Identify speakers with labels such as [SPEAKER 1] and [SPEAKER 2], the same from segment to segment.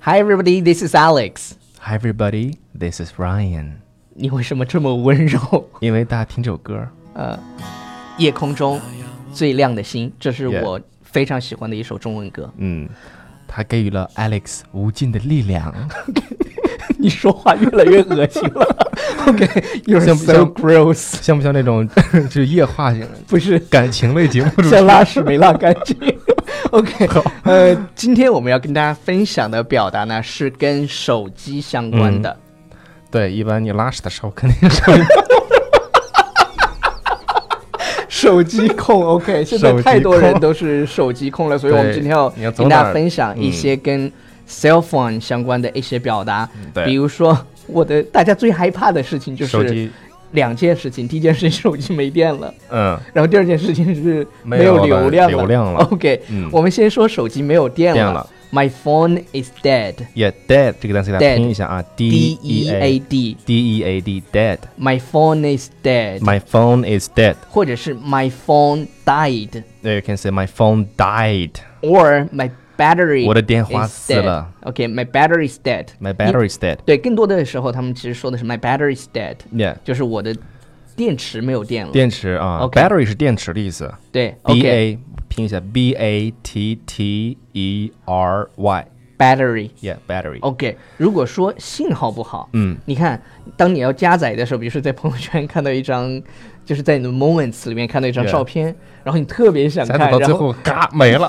[SPEAKER 1] Hi everybody, this is Alex。
[SPEAKER 2] Hi everybody, this is Ryan。
[SPEAKER 1] 你为什么这么温柔？ 呃
[SPEAKER 2] 因为大家听这首歌，
[SPEAKER 1] 夜空中最亮的星，这是
[SPEAKER 2] Yeah
[SPEAKER 1] 我非常喜欢的一首中文歌。
[SPEAKER 2] 嗯，它给予了 Alex 无尽的 力量。
[SPEAKER 1] 你说话越来越恶心了。OK，you're、
[SPEAKER 2] 像不
[SPEAKER 1] so
[SPEAKER 2] 像
[SPEAKER 1] gross。
[SPEAKER 2] 像不像那种 就是液化型
[SPEAKER 1] 不是
[SPEAKER 2] 感情类节 目主持
[SPEAKER 1] 像拉屎没拉干 净。OK，呃，今天我们要跟大家分享的表达呢，是跟手机相关的。
[SPEAKER 2] 对，一般你拉屎的时候肯定是
[SPEAKER 1] 手机 控，OK，现在
[SPEAKER 2] 手机控
[SPEAKER 1] 太多人都是手机控了，所以我们
[SPEAKER 2] 对
[SPEAKER 1] 今天要
[SPEAKER 2] 你要走
[SPEAKER 1] 跟大
[SPEAKER 2] 哪
[SPEAKER 1] 家
[SPEAKER 2] 儿
[SPEAKER 1] 分享一些跟 cell phone 相关的一些表达，
[SPEAKER 2] 嗯对
[SPEAKER 1] 比如说我的大家最害怕的事 情就
[SPEAKER 2] 手
[SPEAKER 1] 是
[SPEAKER 2] 机，
[SPEAKER 1] 两件事情，第一件事情手机没电了，
[SPEAKER 2] 嗯，
[SPEAKER 1] 然后第二件事情是
[SPEAKER 2] 没
[SPEAKER 1] 没
[SPEAKER 2] 有了
[SPEAKER 1] 流量
[SPEAKER 2] 流量了
[SPEAKER 1] OK，、
[SPEAKER 2] 嗯
[SPEAKER 1] 我们先说手机没有电
[SPEAKER 2] 电了
[SPEAKER 1] My phone is dead。
[SPEAKER 2] 也 dead 这个单词给大家
[SPEAKER 1] Dead
[SPEAKER 2] 拼一下啊
[SPEAKER 1] D
[SPEAKER 2] ，D
[SPEAKER 1] E
[SPEAKER 2] E
[SPEAKER 1] A
[SPEAKER 2] A
[SPEAKER 1] D。
[SPEAKER 2] D E A D dead。
[SPEAKER 1] My phone is dead，
[SPEAKER 2] My phone is dead.
[SPEAKER 1] 或者是 My phone died。
[SPEAKER 2] You can say my phone died.
[SPEAKER 1] or my battery，
[SPEAKER 2] 我的电话
[SPEAKER 1] is
[SPEAKER 2] 死
[SPEAKER 1] dead
[SPEAKER 2] 了。
[SPEAKER 1] OK，my、battery is dead。
[SPEAKER 2] My battery is dead.
[SPEAKER 1] 对，更多的时候他们其实说的是 my battery is dead，
[SPEAKER 2] Yeah，
[SPEAKER 1] 就是我的电池没有电了。
[SPEAKER 2] 电池啊
[SPEAKER 1] OK
[SPEAKER 2] ，battery 是电池的意思。
[SPEAKER 1] 对
[SPEAKER 2] B
[SPEAKER 1] ，OK，battery、
[SPEAKER 2] A 拼一下 B A T T E R Y。
[SPEAKER 1] battery。
[SPEAKER 2] Yeah, battery.
[SPEAKER 1] OK，如果说信号不好，
[SPEAKER 2] 嗯，
[SPEAKER 1] 你看，当你要加载的时候，比如说在朋友圈看到一张，就是在你的 Moments 里面看到一张
[SPEAKER 2] Yeah
[SPEAKER 1] 照片然后你特别想
[SPEAKER 2] 才
[SPEAKER 1] 看，
[SPEAKER 2] 等到
[SPEAKER 1] 然
[SPEAKER 2] 最
[SPEAKER 1] 后
[SPEAKER 2] 后，嘎没了。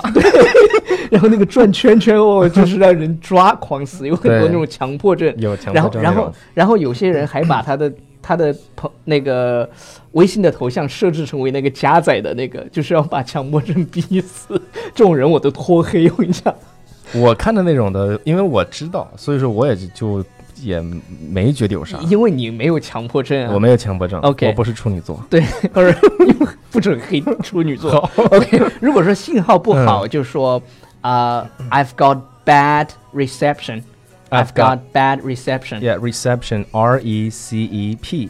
[SPEAKER 1] 然后那个转圈圈哦，就是让人抓狂死，有很多
[SPEAKER 2] 对
[SPEAKER 1] 那种强迫症。
[SPEAKER 2] 有强
[SPEAKER 1] 然
[SPEAKER 2] 迫
[SPEAKER 1] 后，
[SPEAKER 2] 症
[SPEAKER 1] 然
[SPEAKER 2] 那
[SPEAKER 1] 后
[SPEAKER 2] 种。，
[SPEAKER 1] 然后有些人还把他的 他的朋那个微信的头像设置成为那个加载的那个，就是要把强迫症逼死。这种人我都脱黑，我跟你讲。
[SPEAKER 2] 啊我看的那种的，因为我知道，所以说我也就就也没觉得有啥。
[SPEAKER 1] 因为你没有强迫症、啊，
[SPEAKER 2] 我没有强迫症
[SPEAKER 1] OK
[SPEAKER 2] 我不是处女座。
[SPEAKER 1] 对，不是不准黑处女 座。OK，如果说信号不
[SPEAKER 2] 嗯
[SPEAKER 1] 好，就说啊、i v e got bad reception。I've
[SPEAKER 2] I've
[SPEAKER 1] got bad
[SPEAKER 2] got-
[SPEAKER 1] reception.
[SPEAKER 2] Yeah, reception. R E C E P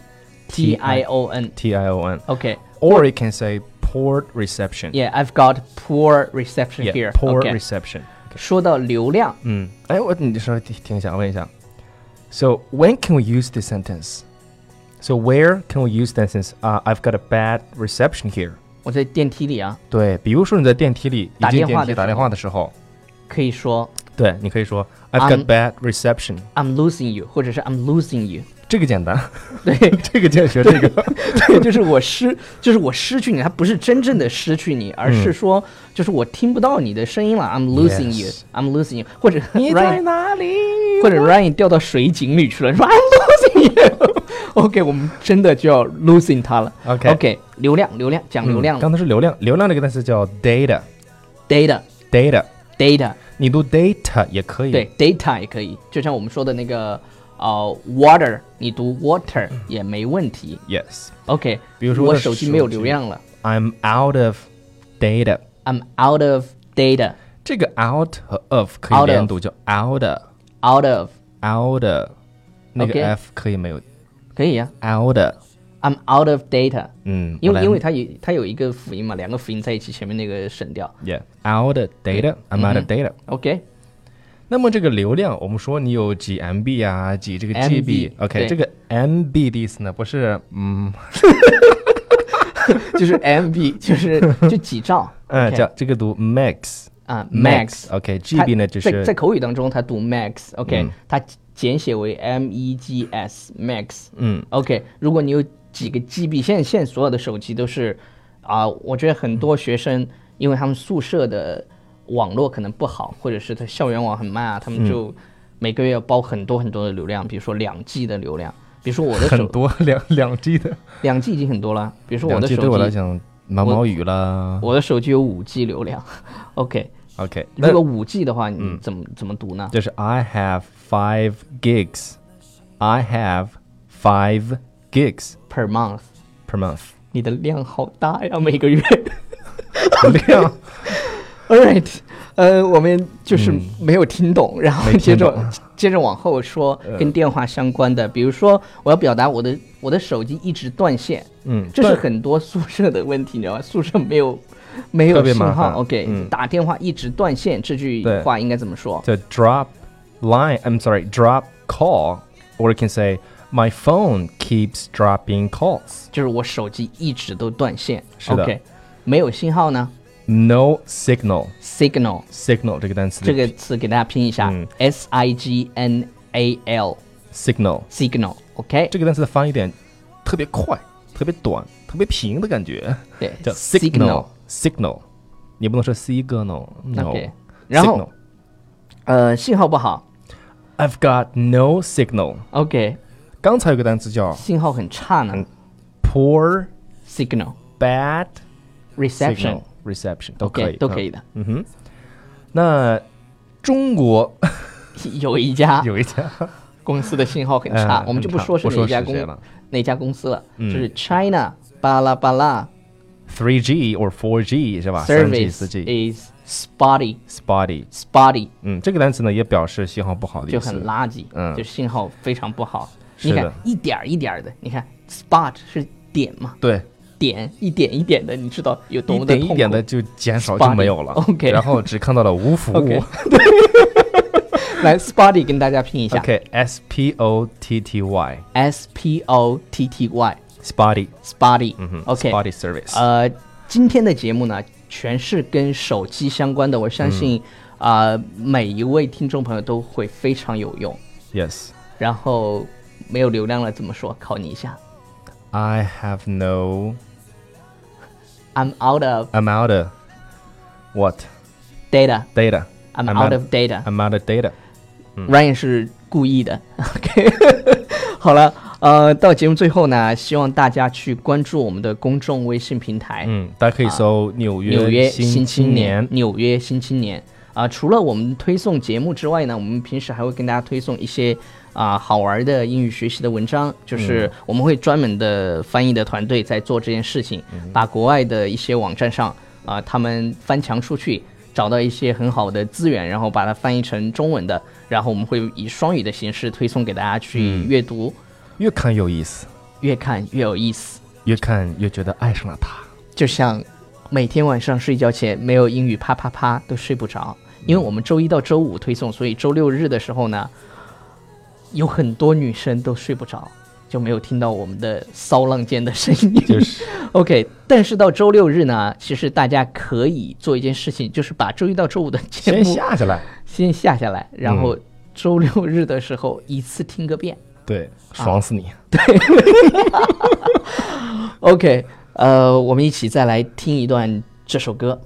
[SPEAKER 1] T I O N.
[SPEAKER 2] T I O N.
[SPEAKER 1] Okay.
[SPEAKER 2] Or you can say poor reception.
[SPEAKER 1] Yeah, I've got poor reception
[SPEAKER 2] Yeah,
[SPEAKER 1] here.
[SPEAKER 2] poor
[SPEAKER 1] Okay.
[SPEAKER 2] reception.
[SPEAKER 1] 说到流量，
[SPEAKER 2] 嗯，哎，我你稍微停停一下，我问一下。So when can we use this sentence? So where can we use this sentence? 啊、i v e got a bad reception here.
[SPEAKER 1] 我在电梯里啊，
[SPEAKER 2] 对，比如说你在电梯里
[SPEAKER 1] 打
[SPEAKER 2] 一进
[SPEAKER 1] 电话的时
[SPEAKER 2] 电梯
[SPEAKER 1] 候
[SPEAKER 2] 打电话的时候，
[SPEAKER 1] 可以说
[SPEAKER 2] 对，你可以说 I've
[SPEAKER 1] I'm-
[SPEAKER 2] got bad reception。
[SPEAKER 1] I'm losing you，或者是 I'm losing you。
[SPEAKER 2] 这个简单，
[SPEAKER 1] 对，
[SPEAKER 2] 这个键学这个。
[SPEAKER 1] 对，就是我失，就是我失去你，它不是真正的失去你，而
[SPEAKER 2] 嗯
[SPEAKER 1] 是说，就是我听不到你的声音了。I'm losing you,
[SPEAKER 2] Yes.
[SPEAKER 1] I'm losing you，或者 Ryan，
[SPEAKER 2] 哪里？
[SPEAKER 1] 或者 Ryan 掉到水井里去了，说 I'm losing you。OK，我 们真的就要 losing 他了。
[SPEAKER 2] OK 嗯
[SPEAKER 1] OK，流量，流量，讲流量
[SPEAKER 2] 刚才是流量，流量这个单词叫 data。
[SPEAKER 1] ，data。
[SPEAKER 2] data，
[SPEAKER 1] Data，
[SPEAKER 2] 你读 data 也可以。
[SPEAKER 1] 对，data 也可以，就像我们说的那个，呃，water，你读 water
[SPEAKER 2] 嗯
[SPEAKER 1] 也没问题。
[SPEAKER 2] ，yes。
[SPEAKER 1] OK，
[SPEAKER 2] 比如说
[SPEAKER 1] 我
[SPEAKER 2] 我的
[SPEAKER 1] 手机
[SPEAKER 2] 手
[SPEAKER 1] 没有
[SPEAKER 2] 机
[SPEAKER 1] 流量了
[SPEAKER 2] I'm out of data。
[SPEAKER 1] ，I'm out of data。
[SPEAKER 2] 这个 out 和 of 可以
[SPEAKER 1] Out
[SPEAKER 2] 连
[SPEAKER 1] of
[SPEAKER 2] 读，叫 out of。
[SPEAKER 1] out of
[SPEAKER 2] out 那
[SPEAKER 1] OK
[SPEAKER 2] 个 f 可以没有
[SPEAKER 1] 可以啊
[SPEAKER 2] out
[SPEAKER 1] ，I'm out of data，
[SPEAKER 2] 嗯，
[SPEAKER 1] 因为因为
[SPEAKER 2] 它
[SPEAKER 1] 它有它有一个辅音嘛，两个辅音在一起，前面那个省掉。
[SPEAKER 2] yeah out
[SPEAKER 1] 嗯
[SPEAKER 2] data，I'm out of data。
[SPEAKER 1] OK，
[SPEAKER 2] 那么这个流量，我们说你有几 MB 啊，几这个
[SPEAKER 1] MB 对
[SPEAKER 2] GB，OK，这个 MB 的意思呢，不是嗯
[SPEAKER 1] 就是 MB，就是就几兆，
[SPEAKER 2] 嗯，
[SPEAKER 1] OK
[SPEAKER 2] 叫这个读 max
[SPEAKER 1] 啊 max。它
[SPEAKER 2] max，OK，GB 呢就
[SPEAKER 1] 在在
[SPEAKER 2] 是
[SPEAKER 1] 口语当中，它读 max，OK，
[SPEAKER 2] 嗯
[SPEAKER 1] 它简写为 M E G S max。
[SPEAKER 2] 嗯
[SPEAKER 1] OK，如果你有几个 GB，现在现在所有的手机都是啊、我觉得很多学生因为他们宿舍的网络可能不好，或者是他校园网很慢啊，他
[SPEAKER 2] 嗯
[SPEAKER 1] 们就每个月要包很多很多的流量，比如说两 G 的流量，比如说我的
[SPEAKER 2] 很
[SPEAKER 1] 手
[SPEAKER 2] 多两两 G 的，
[SPEAKER 1] 两 G 已经很多了，比如说我
[SPEAKER 2] 两
[SPEAKER 1] 的
[SPEAKER 2] G
[SPEAKER 1] 手
[SPEAKER 2] 对我来
[SPEAKER 1] 机，
[SPEAKER 2] 讲毛
[SPEAKER 1] 我
[SPEAKER 2] 毛雨啦
[SPEAKER 1] 我的手机有五 G 流量。OK，
[SPEAKER 2] ，OK，
[SPEAKER 1] 如
[SPEAKER 2] 那嗯
[SPEAKER 1] 果五 G 的话，你怎么、怎么读呢？
[SPEAKER 2] 就是 I have five gigs，I have five gigs
[SPEAKER 1] per month，
[SPEAKER 2] per month。
[SPEAKER 1] 你的量好大呀，每个月。
[SPEAKER 2] 量
[SPEAKER 1] All right，呃，我们就是没有听懂，然后
[SPEAKER 2] 嗯没
[SPEAKER 1] 接
[SPEAKER 2] 听
[SPEAKER 1] 着
[SPEAKER 2] 懂呃
[SPEAKER 1] 接着往后说跟电话相关的，比如说我要表达我的我的手机一直断线，
[SPEAKER 2] 嗯
[SPEAKER 1] 这是
[SPEAKER 2] 断
[SPEAKER 1] 很多宿舍的问题，你知道吧？ 宿舍没有没
[SPEAKER 2] 特
[SPEAKER 1] 有
[SPEAKER 2] 别
[SPEAKER 1] 信
[SPEAKER 2] 麻
[SPEAKER 1] 号
[SPEAKER 2] 烦
[SPEAKER 1] ，OK，、
[SPEAKER 2] 嗯
[SPEAKER 1] 打电话一直断线，这句
[SPEAKER 2] 对
[SPEAKER 1] 话应该怎么说
[SPEAKER 2] 叫 drop line, I'm sorry, drop call, or you can say, my phone keeps dropping calls.
[SPEAKER 1] 就是我手机一直都断线。
[SPEAKER 2] 是的
[SPEAKER 1] OK，没有信号呢
[SPEAKER 2] No signal.
[SPEAKER 1] ，signal
[SPEAKER 2] Signal 这个单词
[SPEAKER 1] 这
[SPEAKER 2] 的
[SPEAKER 1] 个词给大家拼一下、
[SPEAKER 2] 嗯
[SPEAKER 1] s I G N A L
[SPEAKER 2] signal
[SPEAKER 1] signal。OK，
[SPEAKER 2] 这个单词的发音点特别快、特别短、特别平的感觉，
[SPEAKER 1] 对
[SPEAKER 2] 叫
[SPEAKER 1] signal
[SPEAKER 2] signal signal，你不能说 signal no
[SPEAKER 1] OK，然后
[SPEAKER 2] Signal 嗯
[SPEAKER 1] 呃，信号不好。
[SPEAKER 2] I've got no signal。
[SPEAKER 1] OK，
[SPEAKER 2] 刚才有个单词叫
[SPEAKER 1] 信号很差呢。
[SPEAKER 2] 嗯 poor
[SPEAKER 1] signal
[SPEAKER 2] bad
[SPEAKER 1] reception
[SPEAKER 2] signal reception 都可
[SPEAKER 1] OK
[SPEAKER 2] 以
[SPEAKER 1] 都可以。的。
[SPEAKER 2] 嗯哼，那中国
[SPEAKER 1] 有一家
[SPEAKER 2] 有一家
[SPEAKER 1] 公司的信号很
[SPEAKER 2] 呃
[SPEAKER 1] 差，我们就不
[SPEAKER 2] 很差
[SPEAKER 1] 说是
[SPEAKER 2] 不说
[SPEAKER 1] 哪家
[SPEAKER 2] 是
[SPEAKER 1] 公
[SPEAKER 2] 谁了
[SPEAKER 1] 哪家公司了，就
[SPEAKER 2] 嗯啊
[SPEAKER 1] 是 China 巴拉巴拉
[SPEAKER 2] three G or four G 是吧？三 G 四 G
[SPEAKER 1] service is spotty
[SPEAKER 2] spotty。
[SPEAKER 1] spotty
[SPEAKER 2] 嗯，这个单词呢也表示信号不好的
[SPEAKER 1] 就
[SPEAKER 2] 意思，
[SPEAKER 1] 很垃圾，
[SPEAKER 2] 嗯
[SPEAKER 1] 就是信号非常不好。
[SPEAKER 2] 是
[SPEAKER 1] 你
[SPEAKER 2] 的
[SPEAKER 1] 看一点儿一点儿的，你看 spot 是点嘛，
[SPEAKER 2] 对，
[SPEAKER 1] 点一点一点的，你知道有多
[SPEAKER 2] 一
[SPEAKER 1] 么的
[SPEAKER 2] 点
[SPEAKER 1] 痛苦？
[SPEAKER 2] 一点的就减少就
[SPEAKER 1] Spotty，
[SPEAKER 2] 没有了。
[SPEAKER 1] OK
[SPEAKER 2] 然后只看到了无服务
[SPEAKER 1] OK。来 spotty 跟大家拼一下
[SPEAKER 2] OK，S P O T T
[SPEAKER 1] ，S P O T T Y
[SPEAKER 2] Y，spotty，
[SPEAKER 1] spotty，
[SPEAKER 2] 嗯哼
[SPEAKER 1] OK
[SPEAKER 2] ，spotty service。
[SPEAKER 1] 呃，今天的节目呢，全是跟手机相关的，我相信啊、呃每一位听众朋友都会非常有用。
[SPEAKER 2] Yes，I
[SPEAKER 1] 然后没有流量了怎么说？考你一下
[SPEAKER 2] have no
[SPEAKER 1] ，I'm out of
[SPEAKER 2] amount of what
[SPEAKER 1] data。
[SPEAKER 2] data。
[SPEAKER 1] I'm out of data.
[SPEAKER 2] I'm out of data。
[SPEAKER 1] Ryan 是故意的。OK，好 了，呃，到节目最后呢，希望大家去关注我们的公众微信平台。
[SPEAKER 2] 嗯，大家可以搜纽
[SPEAKER 1] 啊纽约
[SPEAKER 2] 新
[SPEAKER 1] 青
[SPEAKER 2] 年。
[SPEAKER 1] 纽约新青年啊、除了我们推送节目之外呢，我们平时还会跟大家推送一些啊、好玩的英语学习的文章，就是我们会专门的翻译的团队在做这件事情，把国外的一些网站上啊、他们翻墙出去。找到一些很好的资源，然后把它翻译成中文的，然后我们会以双语的形式推送给大家去阅读，
[SPEAKER 2] 越看有意思，
[SPEAKER 1] 越看越有意思。
[SPEAKER 2] 越看越觉得爱上了 它。
[SPEAKER 1] 就像每天晚上睡觉前没有英语啪啪啪都睡不着，因为我们周一到周五推送，所以周六日的时候呢，有很多女生都睡不着，就没有听到我们的骚浪尖的声音。
[SPEAKER 2] 就是
[SPEAKER 1] OK，但是到周六日呢，其实大家可以做一件事情，就是把周一到周五的节目
[SPEAKER 2] 先下嗯下来，
[SPEAKER 1] 先下下来，然后周六日的时候一次听个遍。
[SPEAKER 2] 对，爽死你！
[SPEAKER 1] OK，呃，我们一起再来听一段这首歌。